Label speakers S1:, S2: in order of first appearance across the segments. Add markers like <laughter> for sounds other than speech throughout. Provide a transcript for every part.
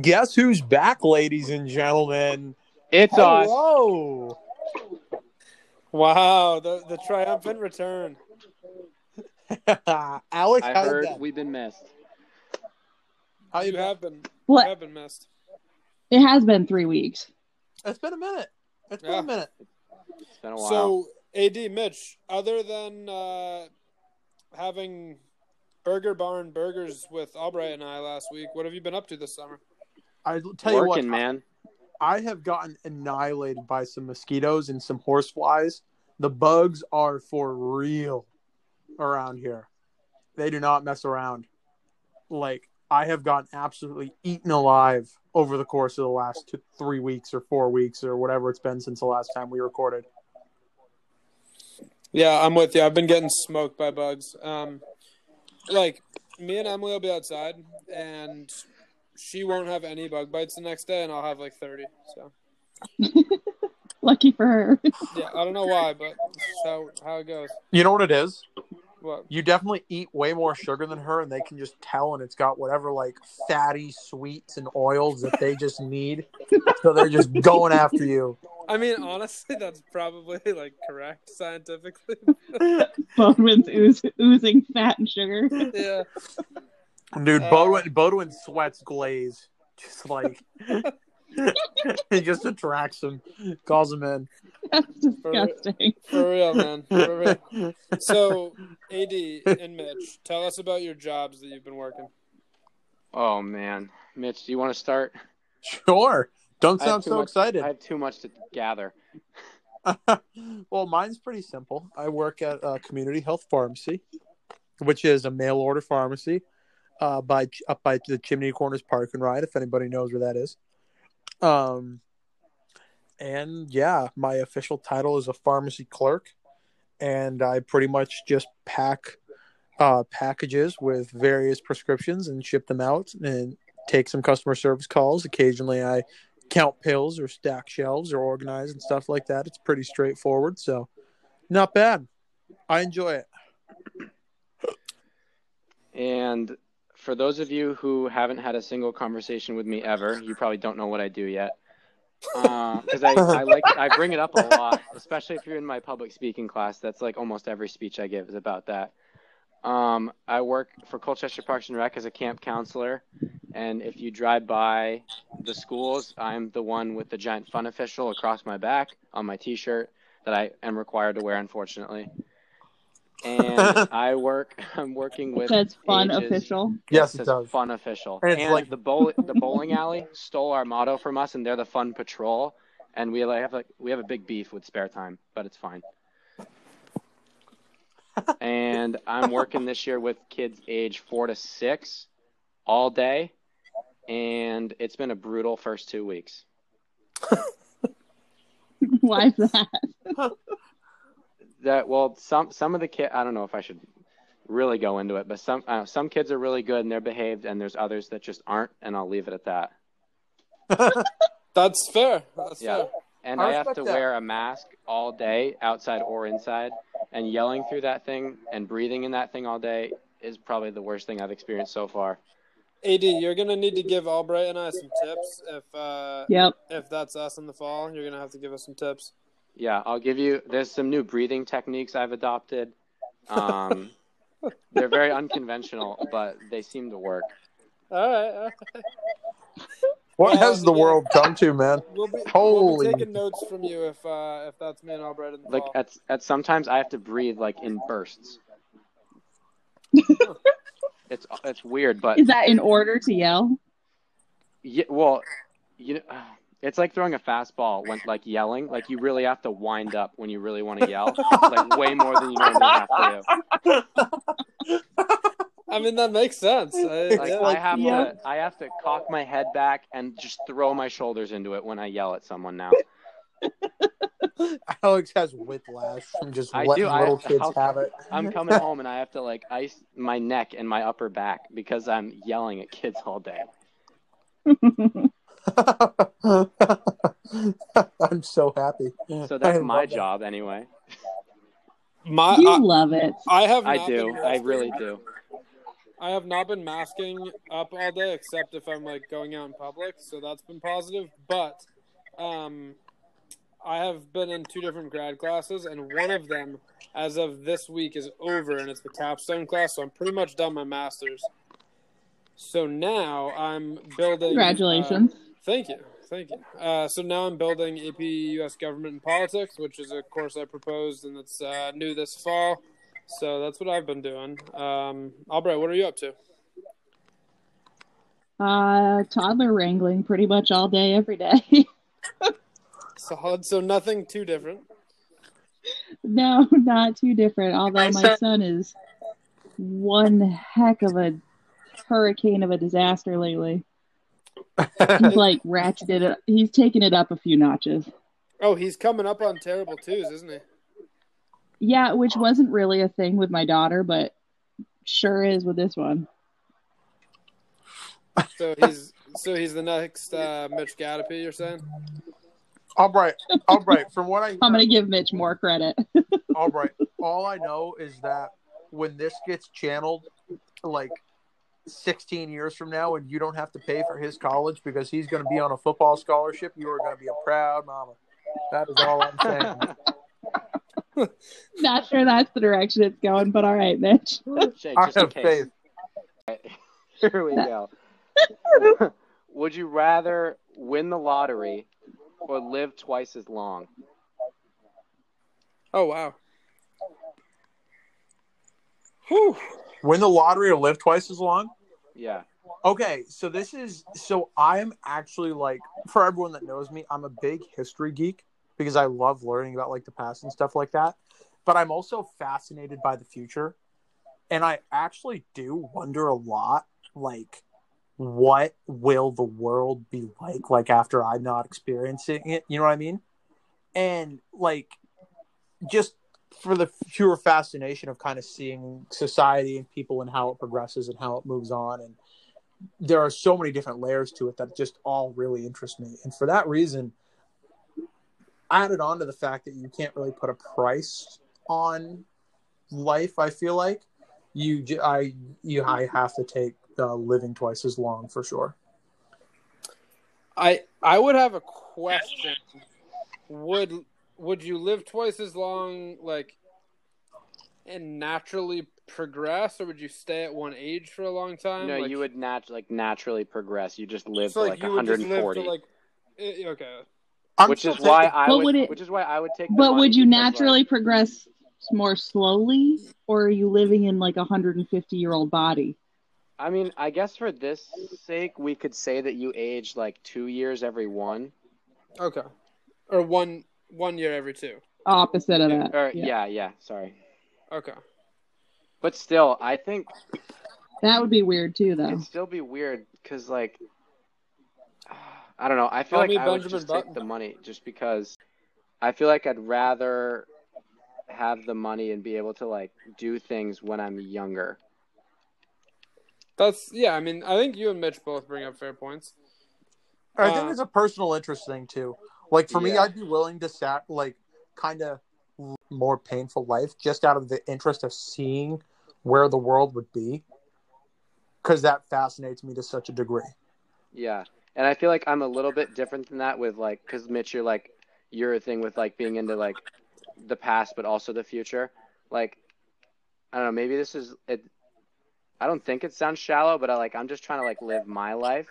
S1: Guess who's back, ladies and gentlemen?
S2: It's
S1: <laughs>
S2: us.
S1: Hello.
S3: Wow, the the triumphant return.
S1: Alex,
S2: I
S1: how's
S2: heard
S1: that?
S2: we've been missed.
S1: How you
S3: You
S1: been?
S3: have been you
S4: What?
S3: have been missed.
S4: It has been three weeks. <laughs>
S1: It's been a minute. It's been
S3: Yeah.
S1: a minute.
S2: It's been a while.
S3: So, AD Mitch, other than uh, having Burger Barn burgers with Albright and I last week, what have you been up to this summer?
S1: I tell you what,
S2: Working, man.
S1: I have gotten annihilated by some mosquitoes and some horse flies. The bugs are for real around here. They do not mess around. Like I have gotten absolutely eaten alive over the course of the last two, three weeks or four weeks or whatever it's been since the last time we recorded.
S3: Yeah, I'm with you. I've been getting smoked by bugs. Um, like me and Emily will be outside, and she won't have any bug bites the next day, and I'll have like 30. So
S4: Lucky for her. <laughs>
S3: yeah, I don't know why, but it's just how how it goes.
S1: You know what it is?
S3: What?
S1: You definitely eat way more sugar than her, and they can just tell, and it's got whatever like fatty sweets and oils that they just need. so they're just going after you.
S3: I mean, honestly, <laughs> that's probably like correct scientifically.
S4: Baldwin's ooze, oozing fat and sugar. <laughs>
S3: yeah.
S1: Dude,
S3: Uh,
S1: Bodwin Bodwin sweats glaze. Just like <laughs> it just attracts him, calls him in.
S4: That's disgusting.
S3: For real,
S2: <laughs>
S3: man. For real. So, AD and Mitch, tell us about your jobs that you've been working.
S2: Oh man, Mitch, do you want to start?
S1: <laughs> Sure. Don't
S2: I have
S1: sound
S2: too
S1: so
S2: much-
S1: excited.
S2: I have too much to gather.
S1: <laughs> well, mine's pretty simple. I work at a community health pharmacy, which is a mail order pharmacy uh, by up by the Chimney Corners Park and Ride, if anybody knows where that is. Um, and yeah, my official title is a pharmacy clerk, and I pretty much just pack uh, packages with various prescriptions and ship them out and take some customer service calls. Occasionally, I count pills or stack shelves or organize and stuff like that. It's pretty straightforward, so not bad. I enjoy it.
S2: And for those of you who haven't had a single conversation with me ever, you probably don't know what I do yet. Because I, I like I bring it up a lot, especially if you're in my public speaking class. That's like almost every speech I give is about that. Um, I work for Colchester Parks and Rec as a camp counselor, and if you drive by the schools, I'm the one with the giant fun official across my back on my T-shirt that I am required to wear, unfortunately. And I work. I'm working with.
S4: It says fun
S2: ages-
S4: official. <laughs>
S1: Yes,
S2: says
S1: it does.
S2: Fun official.
S1: And
S2: And,
S1: it's like-
S2: the bowl, the bowling alley stole our motto from us, and they're the fun patrol. And we like, have like we have a big beef with spare time, but
S1: <laughs>
S2: it's fine. and I'm working this year with kids age four to six, all day, and it's been a brutal first two weeks.
S4: Why is that?
S2: that well some some of the kid I don't know if I should really go into it, but some uh, some kids are really good and they're behaved, and there's others that just aren't, and I'll leave it at that.
S3: That's fair. That's
S2: Yeah.
S3: fair.
S2: And
S1: I
S2: I, have
S1: respect
S2: to
S1: that.
S2: wear a mask all day, outside or inside, and yelling through that thing and breathing in that thing all day is probably the worst thing I've experienced so far.
S3: AD, you're gonna need to give Albright and I some tips if uh,
S4: Yep.
S3: if that's us in the fall. You're gonna have to give us some tips.
S2: Yeah, I'll give you. There's some new breathing techniques I've adopted. Um, they're very unconventional, but they seem to work.
S3: All right, all right.
S1: What
S3: Well,
S1: has the
S3: yeah.
S1: world come to, man?
S3: We'll, be,
S1: Holy-
S3: we'll be taking notes from you if uh, if that's me and Albright in the
S2: Like
S3: fall.
S2: at at sometimes I have to breathe like in bursts. it's it's weird, but
S4: Is that in order to yell? <laughs>
S2: yeah, well, you know, <sighs> it's like throwing a fastball when like yelling. Like you really have to wind up when you really want to yell, like way more than you normally have to.
S1: <laughs>
S2: do.
S3: I mean, that makes sense. I,
S1: It's
S2: Like,
S3: yeah.
S1: like-
S2: I have
S4: yeah.
S2: to I have to cock my head back and just throw my shoulders into it when I yell at someone now.
S1: <laughs> Alex has whiplash from just
S2: I
S1: letting
S2: do, I-
S1: little kids
S2: I'll-
S1: have it.
S2: <laughs> I'm coming home and I have to like ice my neck and my upper back because I'm yelling at kids all day.
S1: <laughs> I'm so happy.
S2: So that's
S1: I
S2: my
S1: love that.
S2: job anyway.
S3: my
S4: you
S3: I,
S4: love it.
S3: I have.
S2: I
S3: not
S2: do.
S3: been
S2: I
S3: roasted.
S2: really do.
S3: I have not been masking up all day except if I'm like going out in public, so that's been positive. But um, I have been in two different grad classes, and one of them, as of this week, is over, and it's the capstone class. So I'm pretty much done my masters. So now I'm building. uh,
S4: Congratulations.
S3: Thank you. Thank you. Uh, so now I'm building AP U.S. Government and Politics, which is a course I proposed and it's uh, new this fall. So that's what I've been doing. Um, Albright, what are you up to?
S4: Uh, toddler wrangling pretty much all day, every day. <laughs>
S3: Solid. So nothing too different.
S4: no, not too different. Although
S5: My
S4: my
S5: son-
S4: son is one heck of a hurricane of a
S3: <laughs>
S4: disaster lately. He's like ratcheted it. He's taken it up a few notches.
S3: Oh, he's coming up on terrible twos, isn't he?
S4: Yeah, which wasn't really a thing with my daughter, but sure is with this one.
S3: So he's so he's the next uh, Mitch Gattipe. You're saying?
S1: Albright, Albright. From
S4: <laughs>
S1: what I
S4: I'm gonna give Mitch more credit. <laughs>
S1: Albright, all I know is that when this gets channeled, like 16 years from now, and you don't have to pay for his college because he's going to be on a football scholarship, you are going to be a proud mama. That is all I'm saying.
S4: Not sure that's the direction it's going, but all right, Mitch.
S2: Jake,
S1: I
S2: <laughs> just in
S1: have
S2: case.
S1: faith.
S2: <laughs> Here we go. Would you rather win the lottery or live twice as long?
S3: Oh wow. Whew.
S1: Win the lottery or live twice as long?
S2: Yeah.
S1: Okay, so this is so I'm actually like for everyone that knows me, I'm a big history geek because I love learning about like the past and stuff like that. But I'm also fascinated by the future. And I actually do wonder a lot like what will the world be like like after I'm not experiencing it, you know what I mean? And like just for the pure fascination of kind of seeing society and people and how it progresses and how it moves on and there are so many different layers to it that just all really interest me. And for that reason, added on to the fact that you can't really put a price on life, I feel like you, j- I, you, I have to take the living twice as long for sure.
S3: I I would have a question. Would would you live twice as long, like, and naturally progress, or would you stay at one age for a long time?
S2: No,
S3: Like-
S2: you would nat- like naturally progress. You just live
S3: so,
S2: to like
S3: you would just live
S2: 140.
S3: to, like, eh, okay.
S1: I'm
S2: which
S1: still
S2: is why
S1: taking-
S2: I
S4: But
S2: would,
S4: would it-
S2: which is why I would take the
S4: But would
S2: money
S4: you
S2: because, like,
S4: naturally progress more slowly, or are you living in like a 150 year old body?
S2: I mean, I guess for this sake we could say that you age like 2 years every one.
S3: Okay. Or one one year every two.
S4: Opposite of that.
S2: Or yeah,
S4: Yeah.
S2: yeah, sorry.
S3: Okay.
S2: But still, I think
S4: That would be weird too, though.
S2: it'd still be weird because like <sighs> i don't know i feel
S3: Call
S2: like
S3: me
S2: i would
S3: Benjamin
S2: just
S3: Button.
S2: take the money just because i feel like i'd rather have the money and be able to like do things when i'm younger
S3: That's yeah. I mean, I think you and Mitch both bring up fair points.
S1: I think it's a personal interest thing too. Like for me,
S2: Yeah.
S1: I'd be willing to sat like kind of more painful life just out of the interest of seeing where the world would be, because that fascinates me to such a degree.
S2: yeah and i feel like i'm a little bit different than that with like because mitch you're like your thing with like being into like the past but also the future like i don't know maybe this is it i don't think it sounds shallow but i like i'm just trying to like live my life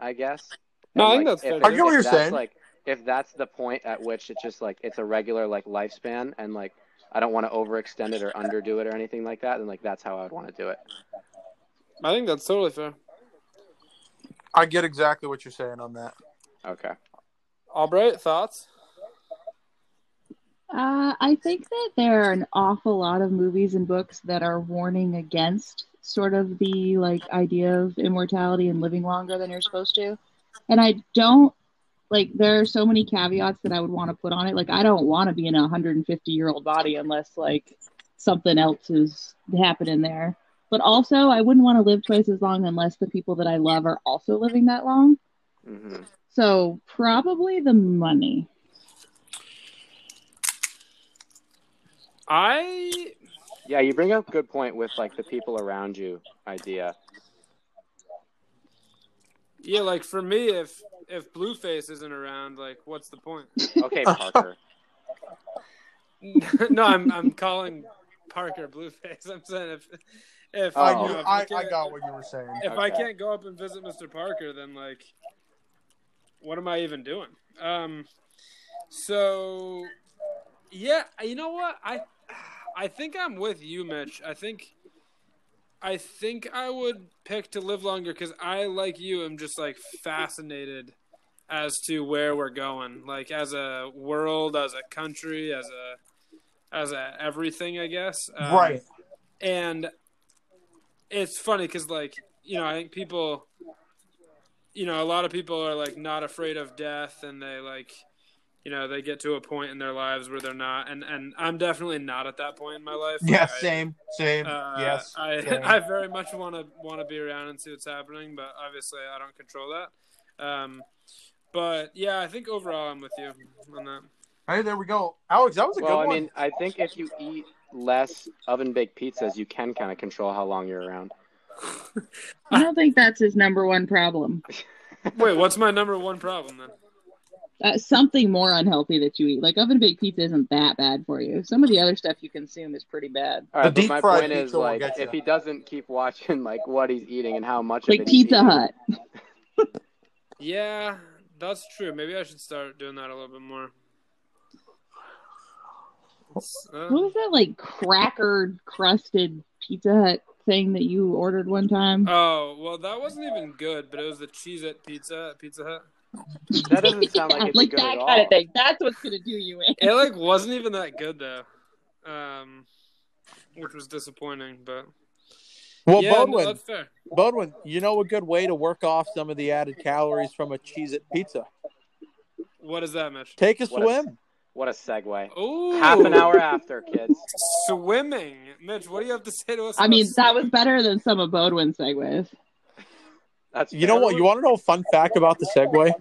S2: i guess
S3: No, I
S2: And,
S3: think
S2: like,
S3: that's fair.
S2: if-
S1: I get what
S2: if
S1: you're
S2: that's,
S1: saying.
S2: Like, if that's the point at which it's just like it's a regular like lifespan, and like I don't want to overextend it or underdo it or anything like that, then like that's how I would want to do it.
S3: I think that's totally fair.
S1: I get exactly what you're saying on that.
S2: Okay.
S3: Albright, thoughts?
S4: Uh, I think that there are an awful lot of movies and books that are warning against sort of the like idea of immortality and living longer than you're supposed to. And I don't like there are so many caveats that I would want to put on it. Like I don't want to be in a 150 year old body unless like something else is happening there. But also, I wouldn't want to live twice as long unless the people that I love are also living that long.
S2: hmm
S4: So probably the money.
S3: I
S2: Yeah, you bring up a good point with like the people around you
S4: <laughs>
S2: idea.
S3: Yeah, like for me, if if Blueface isn't around, like what's the point?
S2: Okay, Parker.
S3: no, I'm I'm calling Parker Blueface. I'm saying if if
S2: Oh.
S1: I
S3: you
S1: knew.
S3: know, if
S1: I, I
S3: can't-
S1: got what you were saying.
S3: If I
S2: Okay.
S3: can't go up and visit Mr. Parker, then like, what am I even doing? Um, so yeah, you know what I I think I'm with you, Mitch. I think I think I would pick to live longer because I, like you, am just like fascinated as to where we're going, like as a world, as a country, as a as a everything, I guess. Um,
S1: right.
S3: and it's funny because like you know i think people you know a lot of people are like not afraid of death and they like you know they get to a point in their lives where they're not and and i'm definitely not at that point in my life
S1: Yeah.
S3: Like, I-
S1: Same. Same.
S3: uh,
S1: yes.
S3: I, <laughs>
S1: same.
S3: I very much want to want to be around and see what's happening, but obviously I don't control that. Um, but yeah, I think overall I'm with you on that.
S1: <laughs> Hey, there we go. Alex, that was a
S2: Well,
S1: good
S2: I
S1: one.
S2: mean, I think if you eat less oven baked pizzas, you can kind of control how long you're around.
S4: I don't think that's his number one problem.
S3: Wait, what's my number one problem then?
S4: Uh, something more unhealthy that you eat, like oven baked pizza, isn't that bad for you. Some of the other stuff you consume is pretty bad,
S2: All right,
S1: The
S2: but my
S1: deep-fried
S2: point is
S1: pizza won't
S2: like
S1: get you.
S2: if he doesn't keep watching like what he's eating and how much of
S4: like
S2: it he's
S4: Pizza
S2: eating-
S4: Hut.
S3: Yeah, that's true. Maybe I should start doing that a little bit more. It's, uh,
S4: What was that like cracker crusted Pizza Hut thing that you ordered one time?
S2: Uh,
S3: oh well, that wasn't even good, but it was the cheese at pizza at Pizza Hut.
S2: That doesn't sound
S4: <laughs>
S2: like it'd be good
S4: that
S2: at
S4: kind
S2: all.
S4: of thing. That's what's gonna do you in.
S3: It like wasn't even that good though, um, which was disappointing. But
S1: well,
S3: yeah, no,
S1: Bodwin,
S3: that's fair.
S1: Bodwin, you know a good way to work off some of the added calories from a cheese at pizza.
S3: What is that, Mitch?
S1: Take a
S2: What a-
S1: swim.
S2: What a segue.
S3: Oh,
S2: Half an hour after, kids.
S3: swimming, Mitch. What do you have to say to us?
S4: I
S3: about
S4: mean, that was
S3: swimming?
S4: better than some of Bodwin's segues.
S2: <laughs> That's
S1: You know what? You want to know a fun fact about the Segway?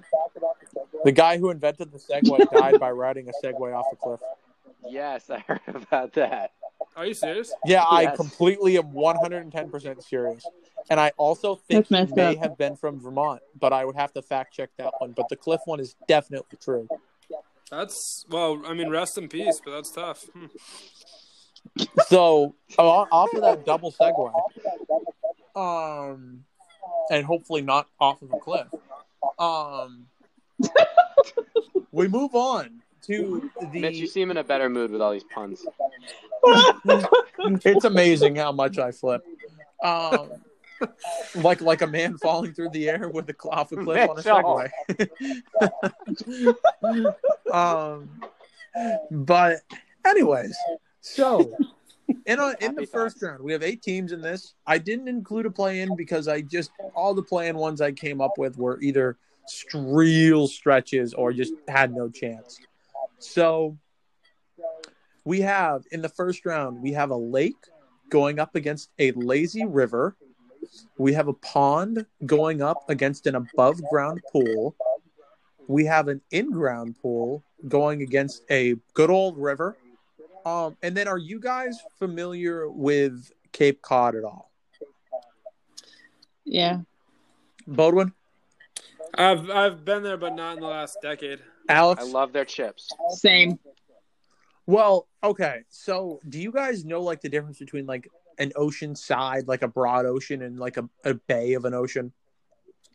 S1: The guy who invented the Segway died by riding a Segway off a cliff.
S2: Yes, I heard <laughs> about that.
S3: Are you serious?
S1: Yeah, I
S2: Yes.
S1: completely am 110% serious. And I also think
S4: That's
S1: he
S4: messed
S1: may
S4: up.
S1: have been from Vermont, but I would have to fact check that one. But the cliff one is definitely true.
S3: That's well. I mean, rest in peace, but that's tough. Hmm.
S1: So o- off of that double segue, um, and hopefully not off of a cliff. Um, we move on to
S2: Mitch, you
S1: the.
S2: seem in a better mood with all these puns.
S1: It's amazing how much I flip. Um, like like a man falling through the air with a cl- off a cliff on a
S2: Mitchell.
S1: Segway. <laughs> um, but anyways, so in a, in the
S2: Happy
S1: first
S2: thoughts.
S1: round we have eight teams in this. I didn't include a play in because I just all the play in ones I came up with were either real stretches or just had no chance. So we have in the first round we have a lake going up against a lazy river. We have a pond going up against an above ground pool. We have an in ground pool going against a good old river. Um, and then, are you guys familiar with Cape Cod at all?
S4: Yeah.
S1: Bodwin,
S3: I've I've been there, but not in the last decade.
S1: Alex?
S2: I love their chips.
S4: Same.
S1: well, okay. So, do you guys know like the difference between like an ocean side, like a broad ocean, and like a, a bay of an ocean?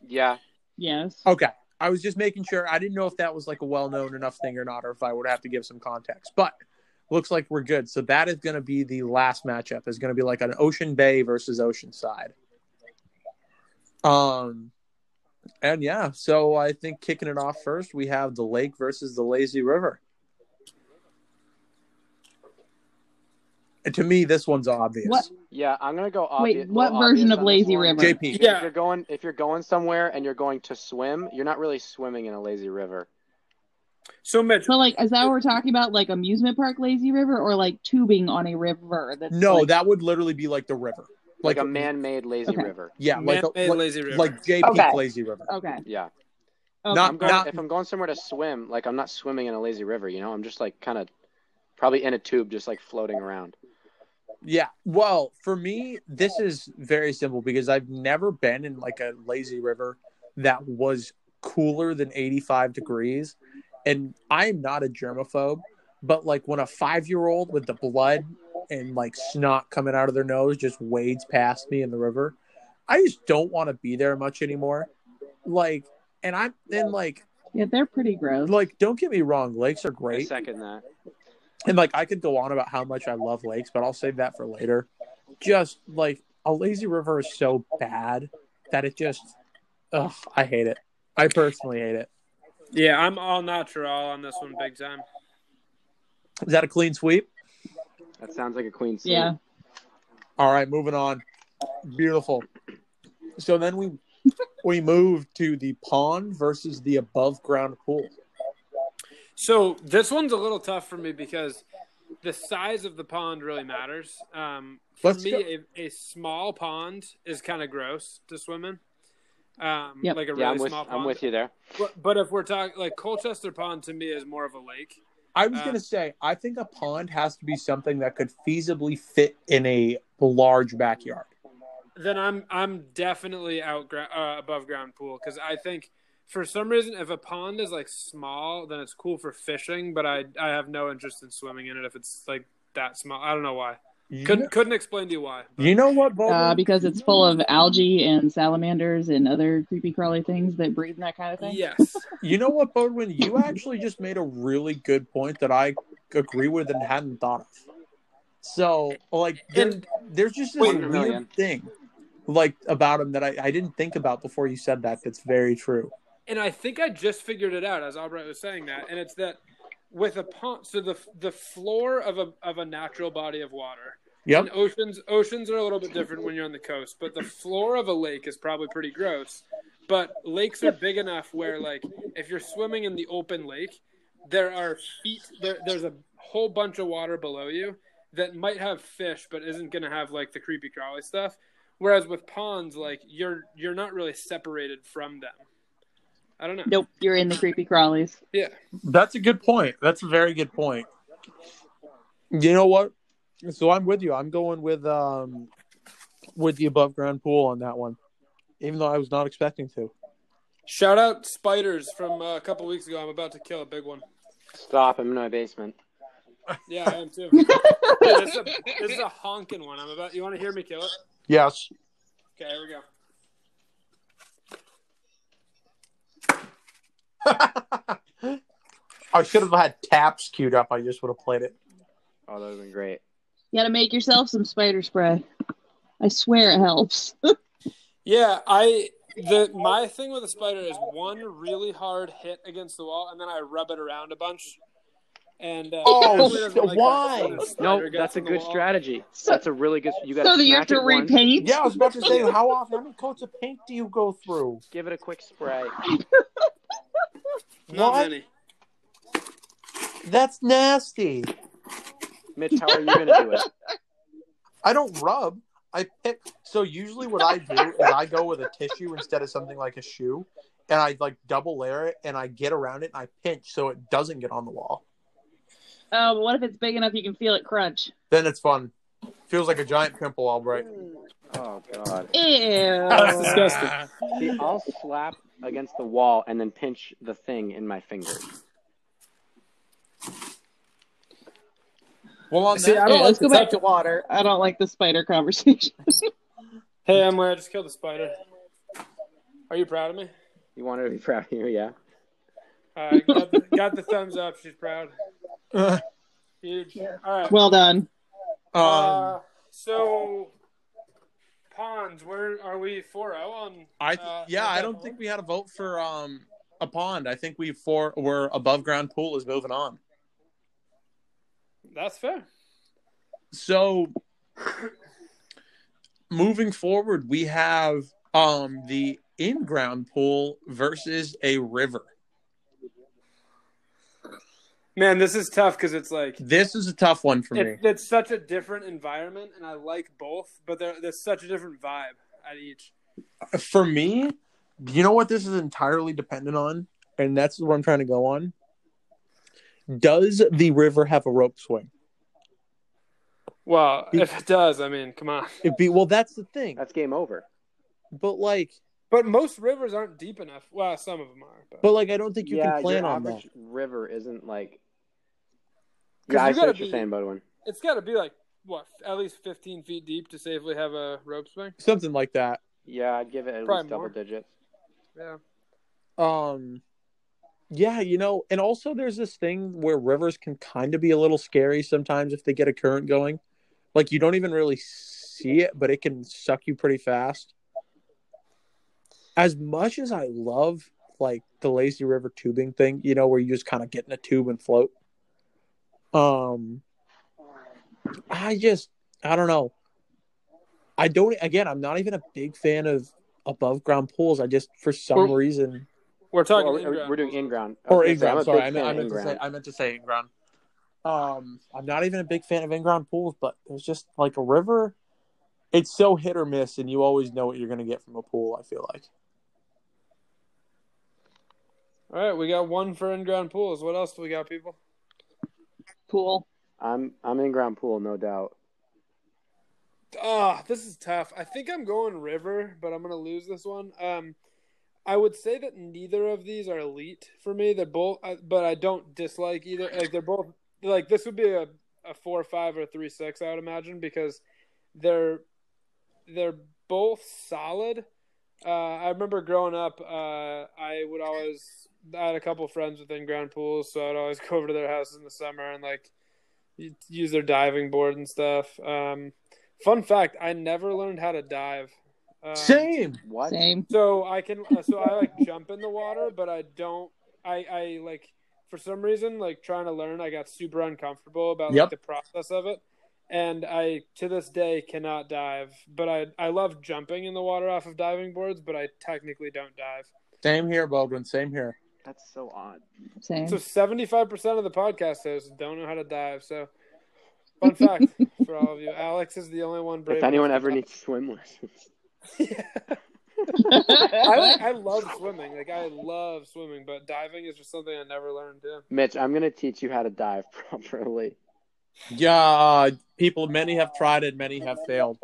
S2: Yeah.
S4: Yes.
S2: Oh.
S1: Okay. I was just making sure. I didn't know if that was like a well known enough thing or not, or if I would have to give some context. But looks like we're good. So that is going to be the last matchup. Is going to be like an Ocean Bay versus Oceanside. Um, and yeah. So I think kicking it off first, we have the lake versus the lazy river. And to me, this one's obvious.
S4: What?
S2: Yeah, I'm gonna go
S4: Wait,
S2: obvious.
S4: what
S2: well,
S4: version
S2: obvious
S4: of
S2: on this
S4: Lazy
S2: one.
S4: River?
S1: JP.
S2: If
S3: Yeah.
S2: you're going if you're going somewhere and you're going to swim, you're not really swimming in a lazy river.
S3: So Mitch,
S4: So, like, is that what we're talking about? Like amusement park lazy river, or like tubing on a river? That's
S1: No,
S4: like,
S1: that would literally be like the river,
S2: Like, a man-made lazy
S4: Okay.
S2: river.
S1: Yeah, like a,
S3: Man-made
S1: like,
S3: lazy river.
S1: like JP
S4: Okay.
S1: lazy river.
S4: okay.
S2: Yeah.
S4: okay.
S1: Not-
S2: I'm going
S1: not-
S2: if I'm going somewhere to swim, like I'm not swimming in a lazy river, you know? I'm just like kind of probably in a tube just like floating around.
S1: Yeah. Well, for me, this is very simple because I've never been in like a lazy river that was cooler than 85 degrees. And I'm not a germaphobe, but like when a five year old with the blood and like snot coming out of their nose just wades past me in the river, I just don't want to be there much anymore. Like, and I'm then like,
S4: Yeah, they're pretty gross.
S1: like don't get me wrong, lakes are
S2: I
S1: great.
S2: second that.
S1: And like I could go on about how much I love lakes, but I'll save that for later. Just like a lazy river is so bad that it just ugh, I hate it. I personally hate it.
S3: Yeah, I'm all natural on this one, big time.
S1: Is that a clean sweep?
S2: That sounds like a clean sweep.
S4: yeah.
S1: All right, moving on. Beautiful. So then we we move to the pond versus the above ground pool.
S3: So this one's a little tough for me because the size of the pond really matters. Um, for
S1: Let's
S3: me,
S1: go-
S3: a, a small pond is kind of gross to swim in. Um,
S4: Yep.
S3: Like a really
S2: Yeah, I'm with
S3: small pond.
S2: I'm with you there.
S3: But, but if we're talking like Colchester Pond, to me is more of a lake.
S1: I was
S3: Uh,
S1: gonna say I think a pond has to be something that could feasibly fit in a large backyard.
S3: Then I'm I'm definitely out gra- uh, above ground pool because I think for some reason if a pond is like small, then it's cool for fishing. But I I have no interest in swimming in it if it's like that small. I don't know why. Couldn't couldn't explain to you why. but-
S1: You know what, Bobo?
S4: Uh, because it's full of algae and salamanders and other creepy crawly things that breathe and that kind of thing.
S3: Yes.
S1: You know what, Bodwin? You actually just made a really good point that I agree with and hadn't thought of. So, like, there,
S3: And-
S1: there's just this
S2: Wait a
S1: weird
S2: million.
S1: thing, like, about him that I, I didn't think about before you said that. That's very true.
S3: and I think I just figured it out as Albright was saying that, and it's that with a pond, so the the floor of a of a natural body of water.
S1: Yep.
S3: And oceans oceans are a little bit different when you're on the coast, but the floor of a lake is probably pretty gross. But lakes are big enough where like if you're swimming in the open lake, there are feet there there's a whole bunch of water below you that might have fish but isn't gonna have like the creepy crawly stuff. Whereas with ponds, like you're you're not really separated from them. I don't know.
S4: Nope, you're in the creepy crawlies.
S3: Yeah.
S1: That's a good point. That's a very good point. You know what? So I'm with you. I'm going with um with the above ground pool on that one, even though I was not expecting to.
S3: Shout out spiders from uh, a couple weeks ago. I'm about to kill a big one.
S2: Stop, I'm in my basement.
S3: Yeah, I
S1: <laughs>
S3: am too. Dude, this, is a, this is a honking one. I'm about. You want to hear me kill it?
S1: Yes.
S3: Okay, here we go.
S1: I should have had taps queued up. I just would have played it.
S2: Oh, that would have been great.
S4: You gotta make yourself some spider spray. I swear it helps.
S3: Yeah, I the my thing with a spider is one really hard hit against the wall, and then I rub it around a bunch. And uh,
S1: Oh,
S3: Ashley doesn't that
S1: why?
S3: when a spider
S2: No,
S3: gets
S2: that's a
S3: on the
S2: good
S3: wall.
S2: strategy.
S4: So-
S2: That's a really good. You got
S4: so that you have
S2: smack
S4: to
S2: it once,
S4: repaint.
S1: Yeah, I was about to say, how often, how many coats of paint do you go through?
S2: Give it a quick spray.
S3: Not
S1: What?
S3: many.
S1: That's nasty.
S2: Mitch, how are you gonna
S4: <laughs>
S2: do it?
S1: I don't rub. I pick. So usually, what I do is I go with a tissue instead of something like a shoe, and I like double layer it, and I get around it, and I pinch so it doesn't get on the wall.
S4: Oh, but what if it's big enough you can feel it crunch?
S1: Then it's fun. Feels like a giant pimple, Albright.
S2: Oh God.
S4: Ew.
S3: That's disgusting.
S2: See, I'll slap against the wall and then pinch the thing in my finger.
S1: Well, on
S3: See,
S1: that,
S3: I don't
S4: Alright,
S3: like
S4: let's go
S3: the
S4: back to
S3: type
S4: water. I don't like the spider conversation. <laughs>
S3: Hey, Emily, I just killed a spider. Are you proud of me?
S2: You want her to <laughs> be proud of you, yeah?
S3: All right, got the, got the thumbs up. She's proud.
S1: <laughs>
S3: Huge. All right.
S4: well done.
S1: um,
S3: uh, so ponds. Where are we? Four zero on.
S1: I th-
S3: uh,
S1: yeah, I don't
S3: Deadpool?
S1: think we had a vote for um a pond. I think we four were above ground pool is moving on.
S3: that's fair.
S1: So moving forward, we have um the in ground pool versus a river.
S3: Man, this is tough because it's like
S1: This is a tough one for me.
S3: it, it's such a different environment, and I like both, but they're, there's such a different vibe at each.
S1: For me, you know what this is entirely dependent on, and that's what I'm trying to go on. Does the river have a rope swing?
S3: Well, if it does, I mean, come on.
S1: It'd be well. That's the thing.
S2: That's game over.
S1: But like,
S3: But most rivers aren't deep enough. Well, some of them are. But,
S1: but like, I don't think you
S2: yeah,
S1: can plan
S2: your
S1: on that.
S2: average river isn't like.
S3: 'Cause
S2: Yeah, I
S3: you
S2: see
S3: gotta
S2: what you're
S3: be-
S2: saying, Bodwin.
S3: it's got to be like what, at least fifteen feet deep to safely have a rope swing.
S1: Something like that.
S2: Yeah, I'd give it at
S3: Probably
S2: least double
S3: more.
S2: digits.
S3: Yeah.
S1: Um, yeah, you know, and also there's this thing where rivers can kind of be a little scary sometimes if they get a current going. Like you don't even really see it, but it can suck you pretty fast. As much as I love like the lazy river tubing thing, you know, where you just kind of get in a tube and float. Um, I just I don't know. I don't. Again, I'm not even a big fan of above ground pools. I just for some
S3: Well,
S1: reason
S3: We're talking.
S2: Well, we're,
S3: in-ground.
S2: we're doing in ground.
S1: or in ground. Sorry, I
S2: I'm a big
S1: meant, I
S2: fan of
S1: meant to say
S2: in-ground.
S1: I meant to say in ground. Um, I'm not even a big fan of in ground pools, but there's just like a river. It's so hit or miss, and you always know what you're going to get from a pool. I feel like.
S3: All right, we got one for in-ground pools. What else do we got, people?
S4: Pool.
S2: I'm I'm in ground pool, no doubt.
S3: Ah, this is tough. I think I'm going river, but I'm gonna lose this one. Um, I would say that neither of these are elite for me. They're both, uh, but I don't dislike either. Like they're both like this would be a a four five or three six. I would imagine because they're they're both solid. Uh, I remember growing up, uh, I would always I had a couple friends with in ground pools, so I'd always <laughs> go over to their house in the summer and like u- use their diving board and stuff. Um, fun fact: I never learned how to dive.
S1: Uh,
S3: Um,
S1: Same.
S2: What?
S4: Same.
S3: so I can, uh, so I like jump in the water, but I don't. I I like for some reason like trying to learn. I got super uncomfortable about
S1: Yep.
S3: like the process of it, and I to this day cannot dive. But I I love jumping in the water off of diving boards, but I technically don't dive.
S1: Same here, Baldwin. Same here.
S2: That's so odd.
S4: Same.
S3: So seventy five percent of the podcast hosts don't know how to dive. So fun fact for all of you, Alex is the only one. Brave
S2: if anyone
S3: enough to
S2: ever needs swim lessons,
S3: <laughs> I
S4: <laughs>
S3: like, I love swimming. Like I love swimming, but diving is just something I never learned. Yeah.
S2: <laughs> Mitch, I'm gonna teach you how to dive <laughs> properly.
S1: Yeah, uh, people. Many have tried it. Many have failed.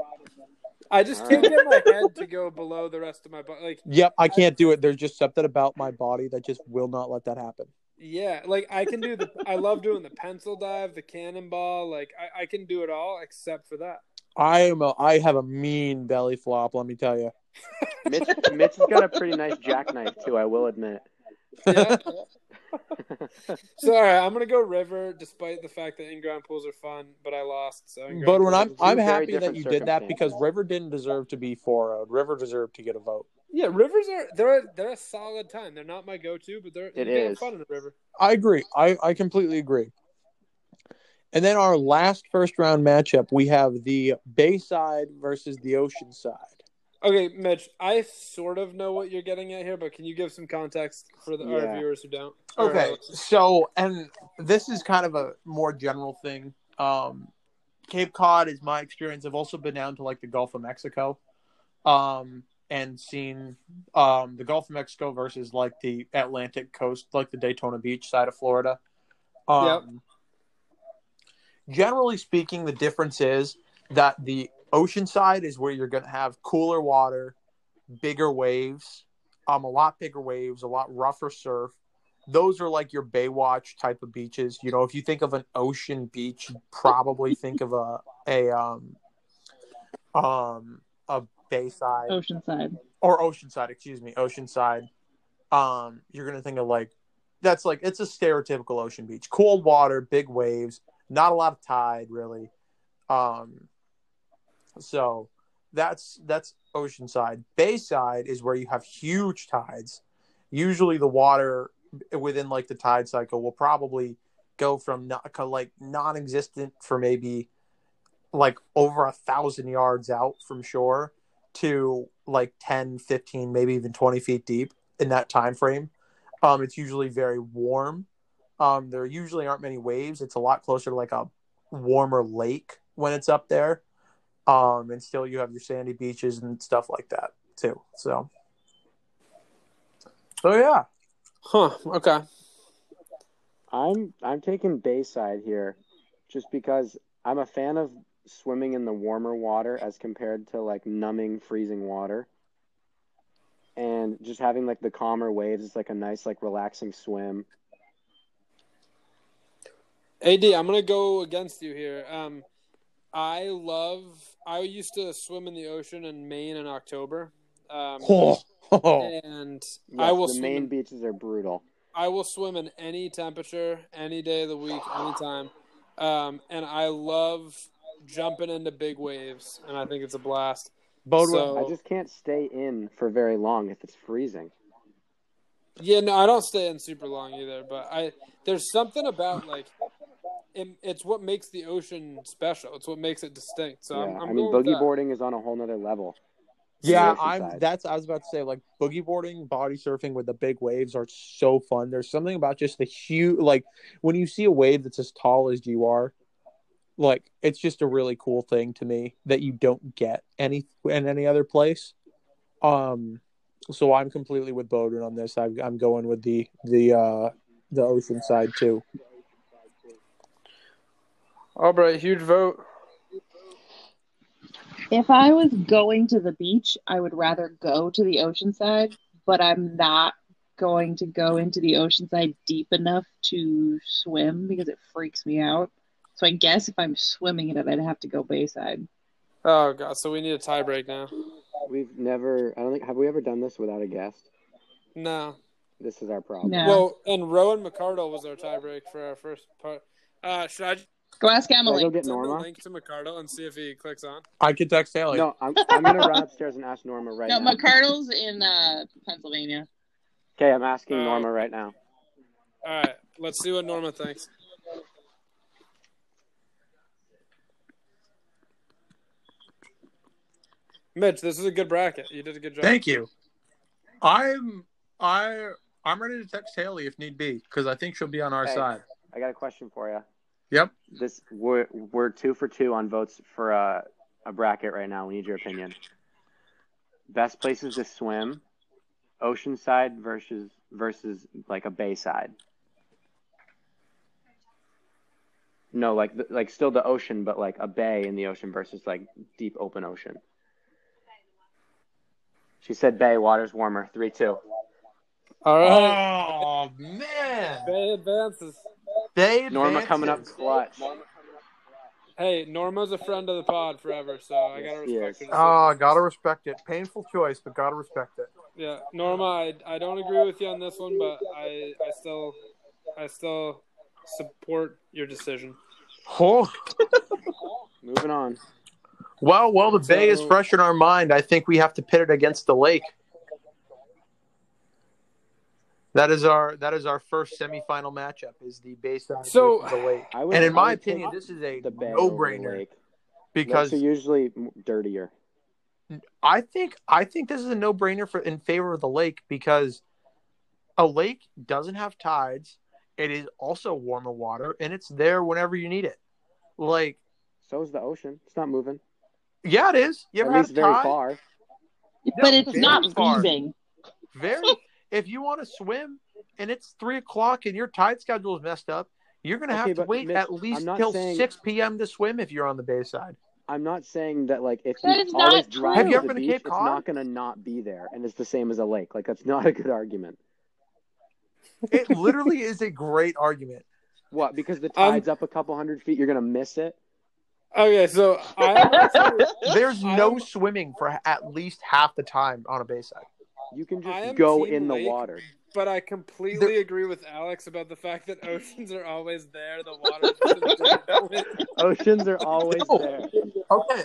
S3: I just can't get my
S2: <laughs>
S3: head to go below the rest of my body. Like
S1: Yep, I can't do it. There's just something about my body that just will not let that happen.
S3: yeah, like I can do the. I love doing the pencil dive, the cannonball. Like I, I can do it all except for that.
S1: I am. A, I have a mean belly flop. Let me tell you.
S2: Mitch, Mitch has got a pretty nice jackknife too. I will admit.
S3: Yeah.
S2: <laughs>
S3: so all right, I'm gonna go river, despite the fact that in-ground pools are fun, but I lost. So in-ground
S1: But when
S3: pools
S1: I'm,
S3: is-
S1: I'm
S2: very
S1: happy that
S2: different
S1: you did that because
S2: circumstances.
S1: River didn't deserve to be 4 River deserved to get a vote.
S3: yeah, rivers are they're a, they're a solid time. They're not my go-to, but they're
S2: It
S3: they're damn
S2: is.
S3: fun in the river.
S1: I agree. I, I completely agree. And then our last first round matchup, we have the Bayside versus the Oceanside.
S3: Okay, Mitch, I sort of know what you're getting at here, but can you give some context for the, our
S2: Yeah.
S3: viewers who don't? Or-
S1: Okay, so and this is kind of a more general thing. Um, Cape Cod is my experience. I've also been down to like the Gulf of Mexico, um, and seen um the Gulf of Mexico versus like the Atlantic coast, like the Daytona Beach side of Florida. Um, Generally speaking, the difference is that the ocean side is where you're going to have cooler water, bigger waves, um, a lot bigger waves, a lot rougher surf. Those are like your Baywatch type of beaches. You know, if you think of an ocean beach, you probably think of a a um um a bayside
S4: Oceanside.
S1: or Oceanside, excuse me, Oceanside. Um, you're gonna think of like that's like it's a stereotypical ocean beach, cold water, big waves, not a lot of tide really. Um, so that's that's Oceanside. Bayside is where you have huge tides. Usually, the water within like the tide cycle will probably go from not, like non-existent for maybe like over a thousand yards out from shore to like 10 15 maybe even 20 feet deep in that time frame um, it's usually very warm um, there usually aren't many waves it's a lot closer to like a warmer lake when it's up there um, and still you have your sandy beaches and stuff like that too so so yeah
S3: Huh. Okay.
S2: I'm I'm taking Bayside here, just because I'm a fan of swimming in the warmer water as compared to like numbing freezing water. And just having like the calmer waves is like a nice like relaxing swim.
S3: Ad, I'm gonna go against you here. Um, I love. I used to swim in the ocean in Maine in October. Um,
S1: Oh, oh.
S3: And
S2: Yes,
S3: I will
S2: the
S3: swim
S2: main
S3: in-
S2: beaches are brutal.
S3: I will swim in any temperature, any day of the week, anytime. Um, and I love jumping into big waves, and I think it's a blast.
S1: Bodwin.
S3: So-
S2: I just can't stay in for very long if it's freezing.
S3: Yeah, no, I don't stay in super long either, but I there's something about like it, it's what makes the ocean special. It's what makes it distinct. So I'm,
S2: yeah.
S3: I'm
S2: I mean,
S3: going with
S2: boogie
S3: that.
S2: boarding is on a whole nother level.
S1: yeah,
S2: Surfing
S1: I'm.
S2: side.
S1: That's I was about to say. Like boogie boarding, body surfing with the big waves are so fun. There's something about just the huge, like when you see a wave that's as tall as you are, like it's just a really cool thing to me that you don't get any in any other place. Um, so I'm completely with Bowden on this. I'm, I'm going with the the uh the ocean side too.
S3: Albright, huge vote.
S4: If I was going to the beach, I would rather go to the ocean side, but I'm not going to go into the ocean side deep enough to swim because it freaks me out. So I guess if I'm swimming in it, I'd have to go bayside.
S3: Oh god, so we need a tie break now.
S2: We've never. I don't think. Have we ever done this without a guest?
S3: No.
S2: This is our problem.
S4: No. Yeah.
S3: Well, and Rowan McCardle was our tie break for our first part. Uh, should I just
S4: Go ask
S2: Should I
S4: Emily.
S2: go get
S3: send a
S2: Norma?
S3: link to McCardle and see if he clicks on?
S1: I could text Haley.
S2: No, I'm, I'm gonna run upstairs and ask Norma right
S4: no,
S2: now.
S4: McCardle's in uh, Pennsylvania.
S2: Okay, I'm asking
S3: Uh,
S2: Norma right now.
S3: All right, let's see what Norma thinks. Mitch, this is a good bracket. You did a good job.
S1: Thank you. I'm I I'm ready to text Haley if need be because I think she'll be on our
S2: Hey.
S1: side.
S2: I got a question for you.
S1: Yep.
S2: This we're we're two for two on votes for a a bracket right now. We need your opinion. Best places to swim, oceanside versus versus like a bayside. No, like the, like still the ocean, but like a bay in the ocean versus like deep open ocean. She said bay, water's warmer. Three two.
S3: All
S1: Oh
S3: right.
S1: man,
S2: Oh.
S3: Bay advances.
S1: they
S2: Norma coming up
S1: advances.
S2: clutch.
S3: Hey, Norma's a friend of the pod forever, so I gotta
S2: Yes, he
S3: respect
S2: is.
S3: her.
S1: Oh, gotta respect it. Painful choice, but gotta respect it.
S3: Yeah, Norma, I, I don't agree with you on this one, but I I still I still support your decision.
S1: Oh,
S2: Moving on.
S1: well, while the bay is
S3: So-
S1: fresh in our mind, I think we have to pit it against the lake. That is our that is our first semifinal matchup. Is the bayside
S3: So-
S1: versus the lake,
S2: I would,
S1: and in
S2: I
S1: my
S2: would take
S1: opinion, this is a
S2: the bay
S1: no
S2: over the
S1: brainer
S2: lake.
S1: because
S2: Lakes are usually m- dirtier.
S1: I think I think this is a no brainer for in favor of the lake because a lake doesn't have tides. It is also warmer water, and it's there whenever you need it. Like,
S2: So is the ocean. It's not moving.
S1: yeah, it is. You ever
S2: At
S1: had
S2: least
S1: a
S2: very
S1: tide?
S2: far.
S4: But it's
S1: very
S4: not
S1: far.
S4: freezing.
S2: <laughs>
S1: Very. If you want to swim and it's three o'clock and your tide schedule is messed up, you're gonna
S2: Okay,
S1: have to
S2: but
S1: wait
S2: Mitch,
S1: at
S2: I'm
S1: least
S2: not
S1: till
S2: saying-
S1: six p.m. to swim if you're on the bayside.
S2: I'm not saying that like if
S4: That
S2: you
S4: is
S2: always drive
S4: not true.
S1: Have you
S2: to
S1: ever
S2: the
S1: been to
S2: beach,
S1: Cape
S2: it's
S1: Cod?
S2: not gonna not be there, and it's the same as a lake. Like that's <laughs> not a good argument.
S1: It literally is a great argument.
S2: What? Because the
S1: Um,
S3: I'm-
S2: tide's up a couple hundred feet, you're gonna miss it.
S3: Okay, so
S1: <laughs>
S3: I
S1: There's no
S3: I'm-
S1: swimming for at least half the time on a bayside.
S2: You can
S3: I am
S2: just go
S3: team
S2: in the
S3: lake.
S2: water.
S3: But I completely agree with Alex about the fact that oceans are always there. The water.
S1: <laughs>
S2: Oceans are always
S1: No. <laughs>
S2: there.
S1: Okay,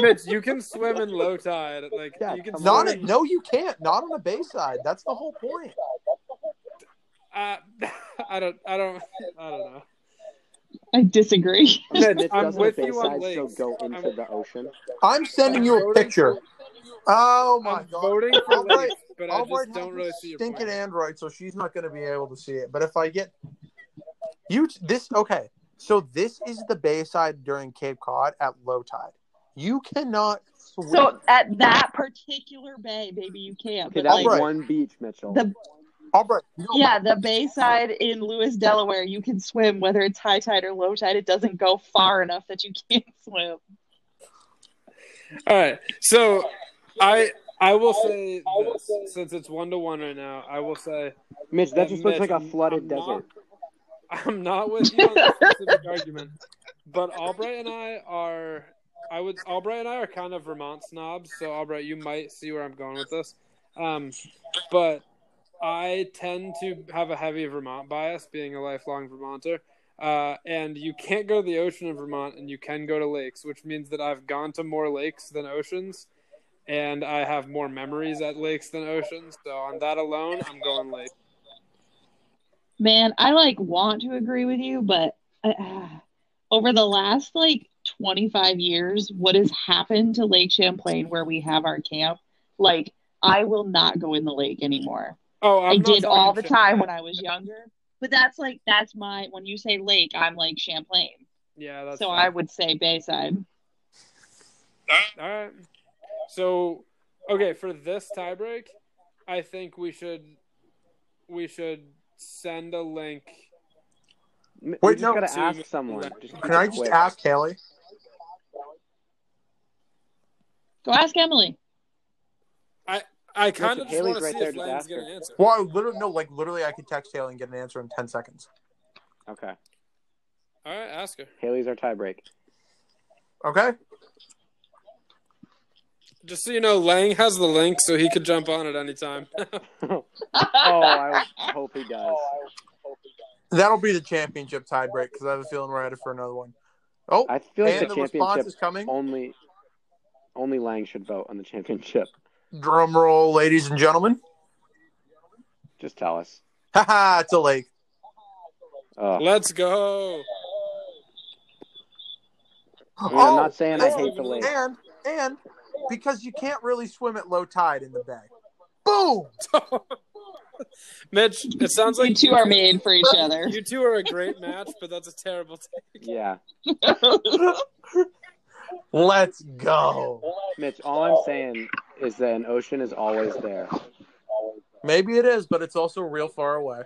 S3: Mitch, you can swim in low tide. Like
S2: Yeah,
S3: you can
S2: come
S3: swim.
S1: Not
S2: on.
S1: a,
S3: in-
S1: no, you can't. Not on a bayside. That's the whole point.
S3: uh, <laughs> I don't. I don't. I don't know.
S4: I disagree.
S3: Mitch,
S2: Mitch,
S3: I'm
S2: doesn't
S3: with
S2: the
S3: you on
S2: bayside still
S3: lakes.
S2: go into
S3: I'm-
S2: the ocean?
S1: I'm sending you a picture. Oh my
S3: I'm
S1: god!
S3: voting for
S1: Albright-
S3: lakes, but I
S1: Albright
S3: just
S1: has
S3: don't
S1: a
S3: really see your
S1: stinking
S3: point.
S1: Android, so she's not going to be able to see it. But if I get you, this okay. So this is the bayside during Cape Cod at low tide. You cannot swim.
S4: so at that particular bay, baby, you can't.
S2: Okay,
S4: But
S2: that's
S4: like
S1: Alright.
S2: one beach, Mitchell.
S4: the
S1: Albright, you know,
S4: Yeah, the Bayside in Lewis, Delaware, you can swim whether it's high tide or low tide. It doesn't go far enough that you can't <laughs> swim.
S3: All right. So I I will say this, since it's one to one right now, I will say
S2: Mitch, that
S3: that
S2: just looks
S3: Mitch,
S2: like a flooded
S3: I'm
S2: desert.
S3: Not, I'm not with you on that specific <laughs> argument, but Albright and I are. I would Albright and I are kind of Vermont snobs, so Albright, you might see where I'm going with this. Um, but I tend to have a heavy Vermont bias, being a lifelong Vermonter. Uh, and you can't go to the ocean in Vermont, and you can go to lakes, which means that I've gone to more lakes than oceans, and I have more memories at lakes than oceans. So on that alone, I'm going lake.
S4: Man, I like want to agree with you, but uh, over the last like 25 years, what has happened to Lake Champlain where we have our camp? Like, I will not go in the lake anymore.
S3: Oh, I'm
S4: i
S3: not
S4: did all
S3: talking
S4: the
S3: shit.
S4: time when I was younger. But that's like, that's my, when you say lake, I'm like Champlain.
S3: Yeah, that's
S4: so
S3: fine.
S4: I would say Bayside.
S3: All right. So, okay, for this tiebreak, I think we should we should send a link.
S2: M- we
S1: Wait,
S2: just
S1: no.
S2: gotta
S3: So you-
S2: ask someone. Just
S1: Can I just
S2: quick.
S1: ask Haley?
S4: Go ask Emily. <laughs>
S3: I kind
S2: Listen,
S3: of just want
S2: Haley's
S3: to
S2: right
S3: see
S2: there
S3: if
S2: to
S3: Len's
S2: ask her.
S3: gonna answer.
S1: Well, I literally no, like literally, I could text Haley and get an answer in ten seconds.
S2: Okay,
S3: All right, ask her.
S2: Haley's our tiebreak. <laughs>
S1: Okay.
S3: Just so you know, Lang has the link, so he could jump on at any time.
S2: Oh, I hope he does.
S1: That'll be the championship tiebreak because I have a feeling we're headed for another one. Oh,
S2: I feel like
S1: and
S2: the
S1: the response
S2: championship
S1: is coming.
S2: only only Lang should vote on the championship. <laughs>
S1: Drum roll, ladies and gentlemen. <laughs>
S2: Just tell us.
S1: Haha, it's a lake.
S2: Oh,
S3: Let's go. <laughs>
S2: I mean, I'm
S1: oh,
S2: not saying I
S1: listen,
S2: hate the lake.
S1: and and because you can't really swim at low tide in the bay. Boom! <laughs>
S3: Mitch, it sounds
S4: you
S3: like
S4: two are made for each <laughs>
S3: <laughs>
S4: other.
S3: You two are a great match, but that's a terrible. take.
S2: Yeah,
S1: Let's go.
S2: Mitch. All
S1: Oh.
S2: I'm saying is that an ocean is always there.
S1: Maybe it is, but it's also real far away.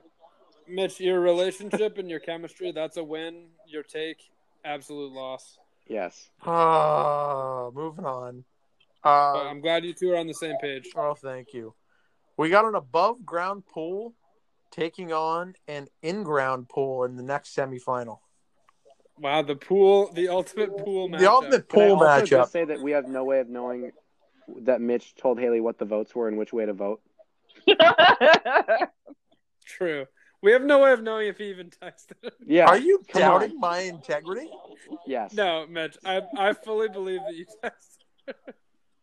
S3: Mitch, your relationship and your chemistry—that's a win. Your take, absolute loss.
S2: Yes.
S1: Ah, moving on.
S3: Well,
S1: Uh,
S3: I'm glad you two are on the same page.
S1: oh, thank you. We got an above ground pool taking on an in ground pool in the next semifinal.
S3: Wow, the pool, the ultimate pool matchup.
S1: The ultimate
S2: Can I
S1: pool
S2: also
S1: matchup.
S2: just say that we have no way of knowing that Mitch told Haley what the votes were and which way to vote?
S3: True. We have no way of knowing if he even texted. <laughs>
S2: Yeah.
S1: Are you
S2: Come
S1: doubting my integrity?
S2: Yes.
S3: no, Mitch, I I fully believe that you texted.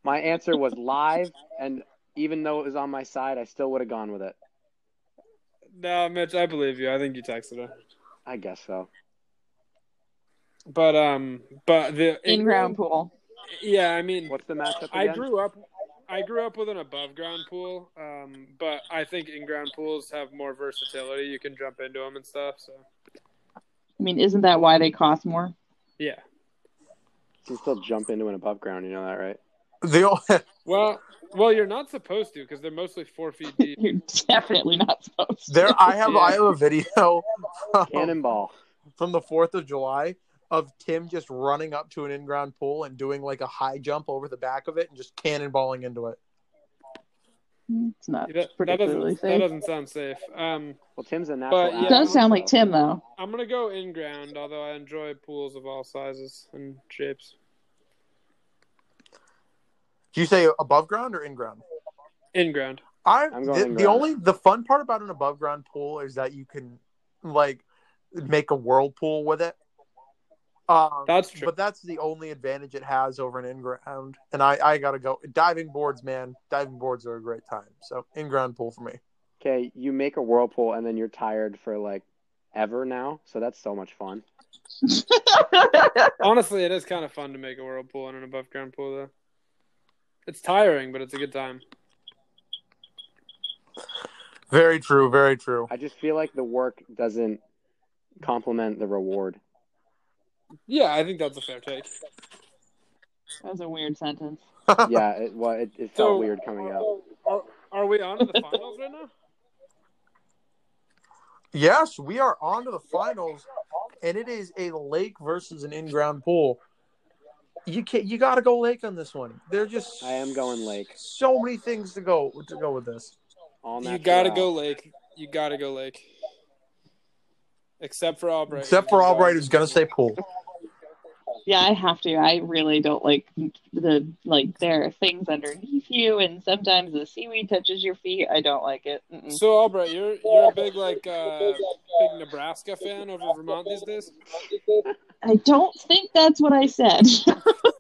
S2: My answer was live, and even though it was on my side, I still would have gone with it.
S3: No, Mitch, I believe you. I think you texted her.
S2: I guess so.
S3: But um, but the
S4: In ground pool.
S3: Yeah, I mean,
S2: What's the matchup
S3: I
S2: again?
S3: grew up. I grew up with an above ground pool, um, but I think in ground pools have more versatility. You can jump into them and stuff. So
S4: I mean, isn't that why they cost more?
S3: yeah.
S2: You can still jump into an above ground. You know that, right?
S1: The o- <laughs>
S3: Well, well, you're not supposed to because they're mostly four feet deep.
S4: You're definitely not supposed to.
S1: there I have I have a video
S3: Oh.
S1: from,
S2: Cannonball.
S1: from the 4th of July of Tim just running up to an in-ground pool and doing like a high jump over the back of it and just cannonballing into it.
S4: It's not
S3: That, that
S4: particularly
S3: doesn't that
S4: safe.
S3: doesn't sound safe. Um,
S2: Well, Tim's a natural.
S3: But, yeah.
S4: It does sound like Tim, <laughs> though.
S3: I'm gonna go in ground, although I enjoy pools of all sizes and shapes.
S1: Do you say above ground or in-ground?
S3: In ground.
S1: I
S2: I'm
S1: the,
S2: going in
S1: the
S2: ground.
S1: only the fun part about an above ground pool is that you can like make a whirlpool with it. Um,
S3: That's true.
S1: but that's the only advantage it has over an in ground. And I I gotta go diving boards, man. Diving boards are a great time. So in ground pool for me.
S2: Okay, you make a whirlpool, and then you're tired for like ever now. So that's so much fun. uh,
S3: Honestly, it is kind of fun to make a whirlpool and an above ground pool, though. It's tiring, but it's a good time.
S1: Very true. Very true.
S2: I just feel like the work doesn't complement the
S3: <laughs>
S2: reward.
S3: Yeah, I think that's a fair take.
S4: that was a weird sentence.
S2: yeah, it, well, it, it felt
S3: So-
S2: weird coming out.
S3: Are, are we on to the finals right now?
S1: Yes, we are on to the finals, and it is a lake versus an in-ground pool. You can you got to go lake on this one. They're just
S2: I am going lake.
S1: So many things to go to go with this.
S2: All
S3: You
S2: natural.
S3: gotta go Lake. You gotta go Lake. Except for Albright.
S1: Except for Albright, who's going to say pool.
S4: Yeah, I have to. I really don't like the like there are things underneath you, and sometimes the seaweed touches your feet. I don't like it.
S2: Mm-hmm.
S4: Mm-mm.
S3: So Albright, you're you're a big like uh, big Nebraska fan over Vermont these days.
S4: I don't think that's what I said.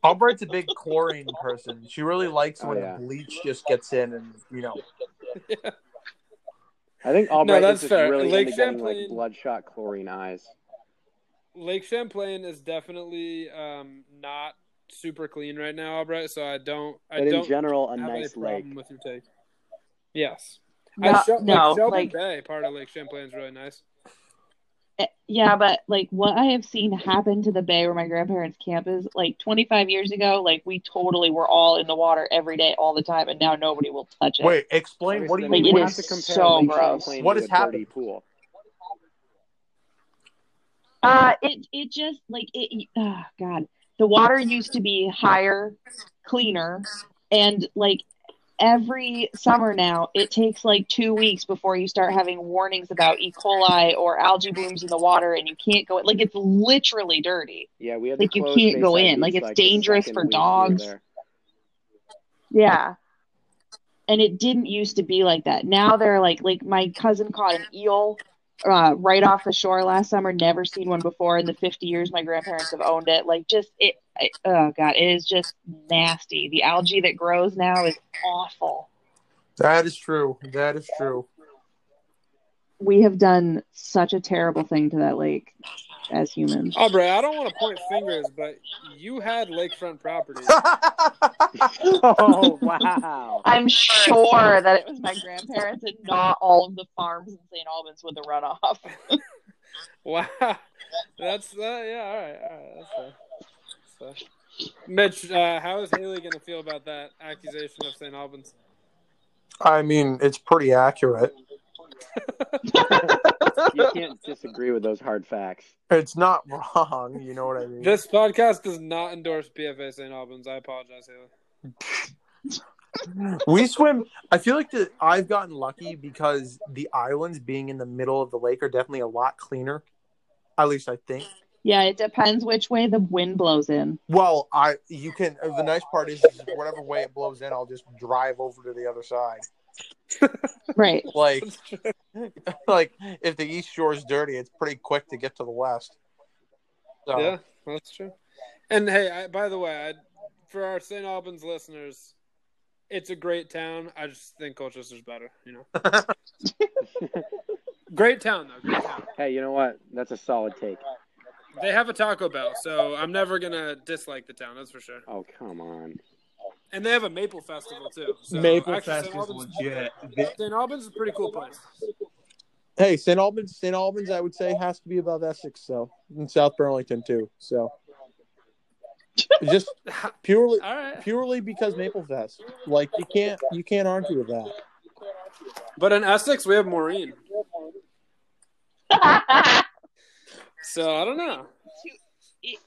S1: Albright's a big chlorine person. She really likes
S2: Oh,
S1: when
S2: yeah.
S1: bleach just gets in, and you know.
S2: I think Albright
S3: that's
S2: is just
S3: fair.
S2: really
S3: Lake
S2: into getting
S3: Champlain-
S2: like bloodshot chlorine eyes.
S3: Lake Champlain is definitely um, not super clean right now, Albright. So I don't I
S2: But in
S3: don't
S2: general, a
S3: have any
S2: nice lake.
S3: problem with your take. Yes.
S4: No,
S3: I Shel-
S4: no,
S3: like Shelby
S4: like-
S3: Bay, part of Lake Champlain is really nice.
S4: Eh, Yeah, but like what I have seen happen to the bay where my grandparents' camp is, like 25 years ago, like we totally were all in the water every day, all the time, and now nobody will touch it.
S1: Wait, explain. What do
S2: Obviously,
S1: you
S2: I
S1: mean?
S2: mean,
S4: Like, it
S2: we
S1: What
S4: is
S2: have to compare
S4: so
S2: Lake
S4: gross.
S2: Champlain
S1: What
S2: to
S1: has
S2: a dirty
S1: happened?
S2: Pool.
S4: Uh, it it just like it. Oh God, the water used to be higher, cleaner, and like every summer now, it takes like two weeks before you start having warnings about E. coli or algae blooms in the water, and you can't go. Like it's literally dirty.
S2: Yeah, we had
S4: Like,
S2: to
S4: you
S2: close
S4: can't go
S2: Bayside
S4: in. Like,
S2: Beach,
S4: it's
S2: the
S4: dangerous
S2: second
S4: for
S2: week we were
S1: <laughs>
S4: dogs.
S2: there.
S4: Yeah. And it didn't used to be like that. Now they're like like my cousin caught an eel uh, right off the shore last summer. Never seen one before in the 50 years my grandparents have owned it. Like just it, I, oh God, it is just nasty. The algae that grows now is awful.
S1: That is true. That is true.
S4: We have done such a terrible thing to that lake as humans.
S3: Albright, I don't want to point fingers, but you had lakefront properties.
S2: <laughs> Oh wow!
S4: I'm sure that it was my grandparents and not all of the farms in St. Albans with the runoff.
S3: Wow, <laughs> that's uh, yeah. All right, all right, that's fair. That's fair. Mitch, uh, how is Haley going to feel about that accusation of St. Albans?
S1: I mean, it's pretty accurate.
S2: you can't disagree with those hard facts.
S1: It's not wrong. You know what I mean?
S3: This podcast does not endorse PFA St. Albans. I apologize, Haley.
S1: we swim. I feel like the, I've gotten lucky because the islands being in the middle of the lake are definitely a lot cleaner. At least I think.
S4: Yeah, it depends which way the wind blows in.
S1: Well, I you can. The nice part is, is whatever way it blows in, I'll just drive over to the other side.
S4: Right.
S1: Like, <laughs> like if the east shore is dirty, it's pretty quick to get to the west. So,
S3: Yeah, that's true. And hey, I, by the way, I, for our St. Albans listeners, it's a great town. I just think Colchester's better. You know, great town though. Great town.
S2: Hey, you know what? That's a solid take.
S3: They have a Taco Bell, so I'm never gonna dislike the town. That's for sure.
S2: Oh come on! <laughs>
S3: And they have a Maple Festival too. So actually, St. Albans- St. Albans is a pretty cool place.
S1: Hey, St. Albans, St. Albans, I would say has to be above Essex, so and South Burlington too. So, just purely
S3: All right.
S1: purely because Maple Fest. Like you can't you can't argue with that.
S3: But in Essex, we have Maureen.
S4: <laughs> I-
S3: So I don't know.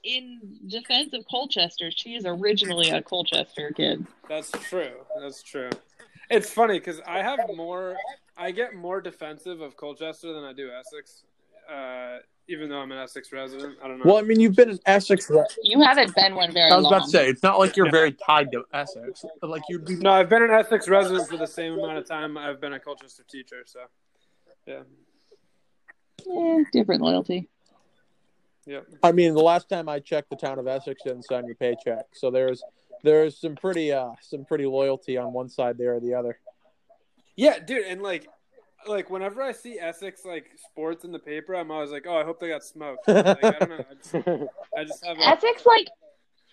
S4: in defense of Colchester, she is originally a Colchester kid.
S3: That's true. That's true. It's funny because I have more. I get more defensive of Colchester than I do Essex. Uh, even though I'm an Essex resident, I don't know.
S1: Well, I mean, you've been in Essex. For,
S4: You haven't been one very
S1: I was
S4: long.
S1: about to say it's not like you're very tied to Essex. Like you'd be.
S3: No, I've been an Essex resident for the same amount of time I've been a Colchester teacher. So, yeah,
S4: Eh, different loyalty.
S3: yeah.
S1: I mean, the last time I checked, the town of Essex didn't sign your paycheck, so there's there's some pretty uh some pretty loyalty on one side there or the other.
S3: Yeah, dude, and like, like whenever I see Essex like sports in the paper, I'm always like, oh, I hope they got smoked. Like, I don't know. I
S2: Oh,
S3: just, I just have a,
S4: Essex like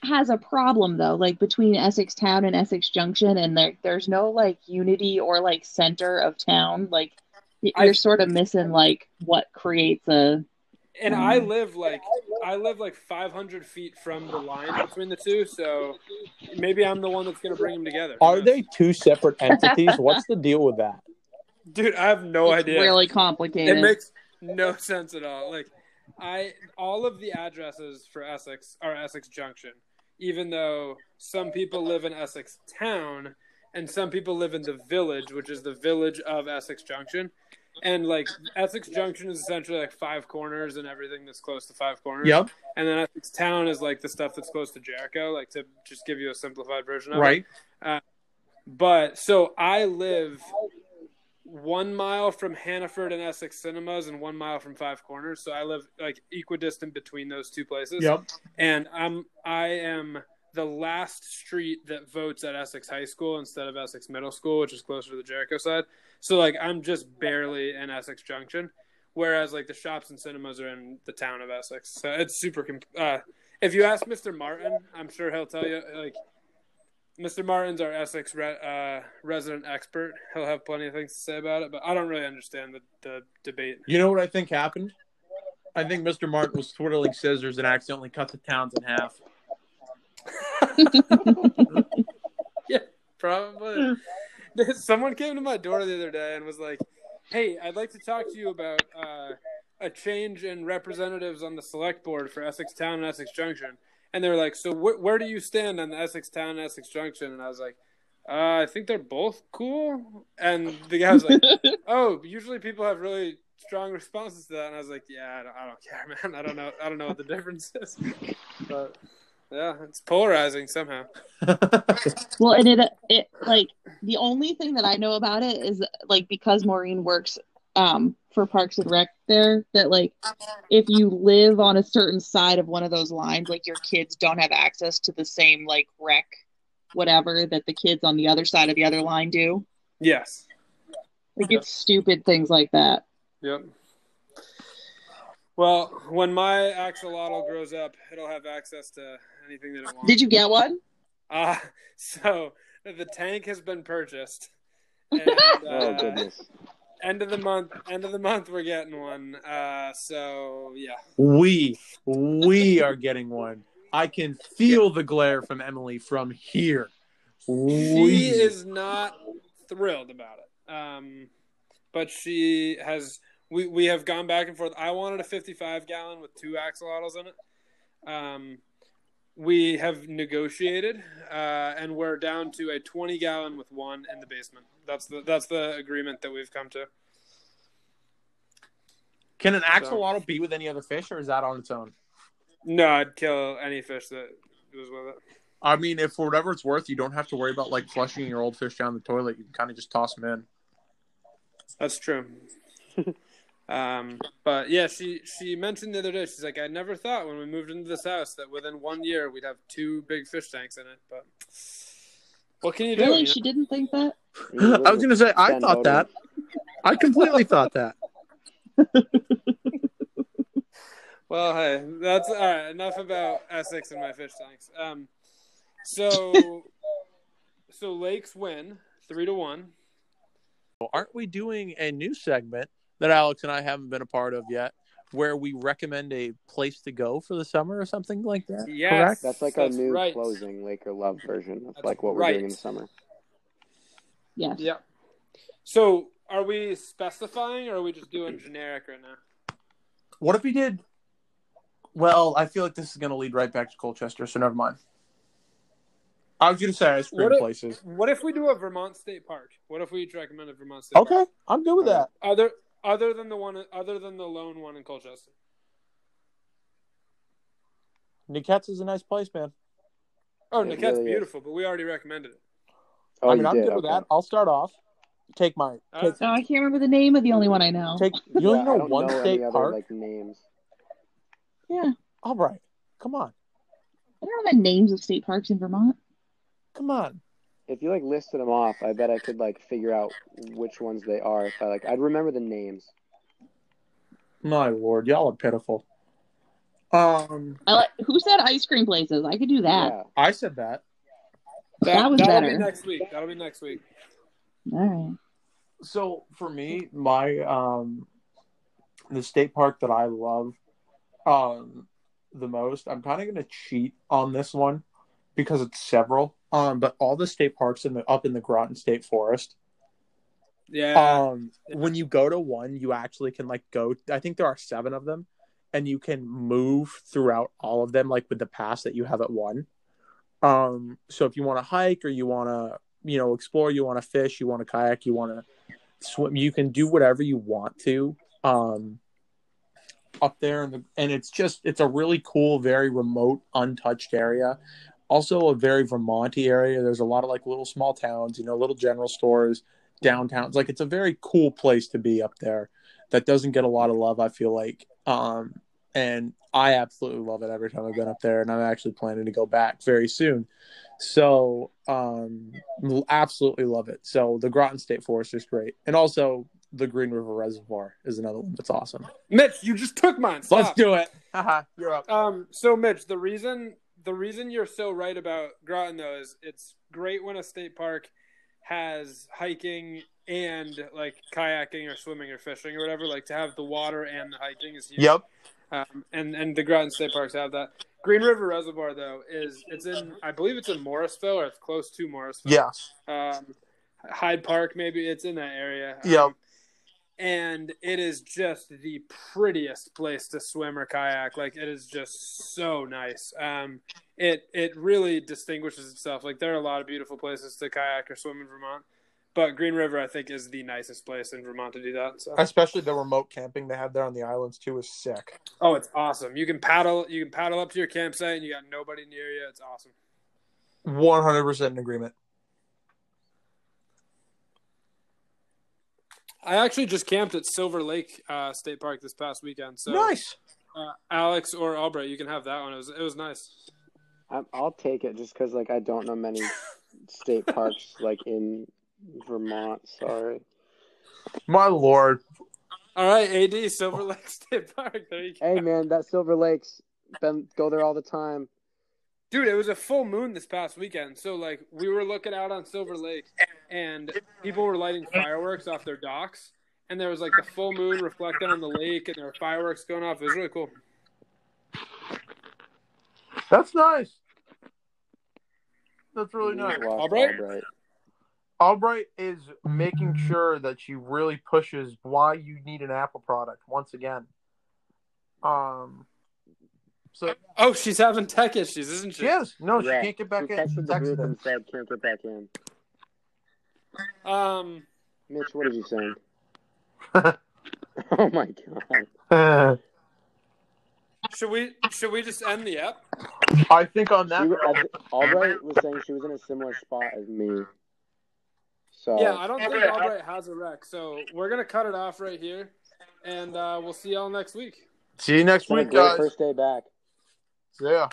S4: has a problem though, like between Essex Town and Essex Junction, and there there's no like unity or like center of town. Like y-
S3: I-
S4: you're sort of missing like what creates a.
S3: and I
S4: Mm-hmm.
S3: live like I live like 500 feet from the line between the two, so maybe I'm the one that's gonna bring them together. Who
S1: Are
S3: knows?
S1: they two separate entities? What's the deal with that?
S3: Dude, I have no
S4: it's
S3: idea.
S4: really
S3: it
S4: complicated.
S3: makes no sense at all. Like I all of the addresses for Essex are Essex Junction, even though some people live in Essex town and some people live in the village, which is the village of Essex Junction. And like Essex Junction is essentially like five corners and everything that's close to five corners.
S1: Yep.
S3: And then Essex Town is like the stuff that's close to Jericho, like to just give you a simplified version of it.
S1: Right.
S3: But so I live one mile from Hannaford and Essex Cinemas and one mile from Five Corners. So I live like equidistant between those two places.
S1: Yep.
S3: And I'm I am the last street that votes at Essex High School instead of Essex Middle School, which is closer to the Jericho side. So like I'm just barely in Essex Junction, whereas like the shops and cinemas are in the town of Essex. So it's super. com uh, if you ask Mr. Martin, I'm sure he'll tell you like. Mr. Martin's our Essex re- uh, resident expert. He'll have plenty of things to say about it, but I don't really understand the, the debate.
S1: You know what I think happened? I think Mr. Martin was twiddling scissors and accidentally cut the towns in half. <laughs>
S3: <laughs> Probably. Someone came to my door the other day and was like, "Hey, I'd like to talk to you about uh, a change in representatives on the select board for Essex Town and Essex Junction." And they were like, "So wh- where do you stand on the Essex Town and Essex Junction?" And I was like, uh, "I think they're both cool." And the guy was like, "Oh, usually people have really strong responses to that." And I was like, "Yeah, I don't, I don't care, <laughs> man. I don't know. I don't know what the difference is." But yeah, it's polarizing somehow.
S4: Well, and it it like the only thing that I know about it is like because Maureen works um for Parks and Rec there that like if you live on a certain side of one of those lines, like your kids don't have access to the same like rec whatever that the kids on the other side of the other line do.
S3: Yes.
S4: Like it's stupid things like that.
S3: Yep. Well, when my axolotl grows up, it'll have access to anything that it wants.
S4: Did you get one?
S3: Uh, <laughs> so the tank has been purchased. And, uh,
S2: Oh goodness.
S3: End of the month. End of the month, we're getting one. Uh, so yeah.
S1: We we are getting one. I can feel the glare from Emily from here.
S3: She
S1: We
S3: is not thrilled about it. Um, but she has. We we have gone back and forth. I wanted a 55 gallon with two axolotls in it. Um, we have negotiated, uh, and we're down to a 20 gallon with one in the basement. That's the that's the agreement that we've come to.
S1: can an axolotl be with any other fish, or is that on its own?
S3: No, I'd kill any fish that was with it.
S1: I mean, if for whatever it's worth, you don't have to worry about like flushing your old fish down the toilet. You can kind of just toss them in.
S3: That's
S2: <laughs>
S3: true. um, but yeah, she she mentioned the other day. She's like, I never thought when we moved into this house that within one year we'd have two big fish tanks in it. But what can you do?
S4: Really?
S3: you know?
S4: She didn't think that?
S1: <laughs> I was gonna say I
S2: Ben
S1: thought that. I completely thought that.
S3: Well, hey, that's all right. Enough about Essex and my fish tanks. Um, so
S2: <laughs>
S3: so Lakes win three to one.
S1: aren't we doing a new segment that Alex and I haven't been a part of yet, where we recommend a place to go for the summer or something like that?
S3: Yes,
S2: That's like our
S3: That's
S2: new
S3: right.
S2: closing Laker Love version. That's,
S3: That's
S2: like what we're
S3: right.
S2: doing in the summer.
S4: Yes.
S3: Yeah. So are we specifying or are we just doing generic right now?
S1: What if we did? Well, I feel like this is going to lead right back to Colchester, so never mind. I was going to say ice cream
S3: What if-
S1: places.
S3: What if we do a Vermont State Park? What if we each recommend a Vermont State Park?
S1: Okay, I'm good with that.
S3: Other other than the one other than the lone one in Colchester.
S1: Niquettes is a nice place, man.
S3: Oh,
S2: It really
S3: Niquette's
S2: is.
S3: beautiful, but we already recommended it.
S2: Oh,
S1: I mean,
S2: you
S1: I'm
S2: did?
S1: good with
S2: Okay.
S1: that. I'll start off. Take my
S3: All
S1: take.
S3: right.
S4: Oh, I can't remember the name of the only one I know.
S1: Take you only
S2: Yeah, I
S1: know
S2: don't
S1: one
S2: know
S1: state
S2: any
S1: park.
S2: other like names.
S4: yeah.
S1: All right, come on,
S4: I don't know the names of state parks in Vermont.
S1: come on.
S2: If you like listed them off, I bet I could like figure out which ones they are. If I like, I'd remember the names.
S1: My lord, y'all are pitiful. Um,
S4: I like who said ice cream places? I could do that.
S2: Yeah.
S1: I said that.
S4: That was
S3: that'll
S4: better.
S3: be next week. That'll be next week.
S4: All right.
S1: so for me my um the state park that i love um the most i'm kind of going to cheat on this one because it's several um but all the state parks in the up in the groton state forest
S3: Yeah.
S1: um when you go to one you actually can like go i think there are seven of them and you can move throughout all of them like with the pass that you have at one um so if you want to hike or you want to you know explore you want to fish you want to kayak you want to swim you can do whatever you want to um up there in the, and it's just it's a really cool very remote untouched area also a very vermonty area there's a lot of like little small towns you know little general stores downtown. It's like it's a very cool place to be up there that doesn't get a lot of love, I feel like. Um, and I absolutely love it every time I've been up there, and I'm actually planning to go back very soon. So, um, absolutely love it. So, the Groton State Forest is great, and also the Green River Reservoir is another one that's awesome.
S3: Mitch, you just took mine. Stop.
S1: Let's do it. Haha, you're up.
S3: Um, so Mitch, the reason the reason you're so right about Groton though is it's great when a state park has hiking and like kayaking or swimming or fishing or whatever. Like to have the water and the hiking is huge.
S1: Yep.
S3: Um, and and the Groton State Parks have that. Green River Reservoir though is it's in I believe it's in Morrisville or it's close to Morrisville.
S1: Yes.
S3: Um, Hyde Park maybe it's in that area. Um,
S1: Yep.
S3: And it is just the prettiest place to swim or kayak. Like it is just so nice. Um, it it really distinguishes itself. Like there are a lot of beautiful places to kayak or swim in Vermont, but Green River I think is the nicest place in Vermont to do that. So.
S1: Especially the remote camping they have there on the islands too is sick.
S3: Oh, it's awesome. You can paddle you can paddle up to your campsite and you got nobody near you. It's awesome.
S1: One hundred percent in agreement.
S3: I actually just camped at Silver Lake uh, State Park this past weekend. So
S1: nice.
S3: uh, Alex or Albright, you can have that one. It was it was nice.
S2: I'm, I'll take it just because like I don't know many state parks like in Vermont. Sorry.
S1: My lord.
S3: All right, AD Silver <laughs> Lake State Park. There you go.
S2: Hey man, that Silver Lake's been go there all the time.
S3: Dude, it was a full moon this past weekend. So like we were looking out on Silver Lake and people were lighting fireworks off their docks and there was like the full moon reflecting on the lake and there were fireworks going off. It was really cool.
S1: That's nice. That's really
S2: We
S1: nice.
S2: watched
S3: Albright?
S2: Albright.
S1: Albright is making sure that she really pushes why you need an Apple product once again. Um, so
S3: Oh, she's having tech issues, isn't she?
S1: she is. No, she
S2: Yeah.
S1: can't get back
S2: She
S1: in. She
S2: texted the
S1: texted
S2: group
S1: him.
S2: and said can't get back in.
S3: Um
S2: Mitch, what did
S1: <laughs>
S2: you say? <laughs> oh my god.
S3: should we should we just end the app?
S1: <laughs> I think on that.
S2: She, wa- I, thi- Albright was saying she was in a similar spot as me. So
S3: Yeah, I don't think Albright has a wreck, so we're gonna cut it off right here, and uh, we'll see y'all next week.
S1: See you next
S2: it's been a
S1: week,
S2: great
S1: guys.
S2: first day back.
S1: Yeah.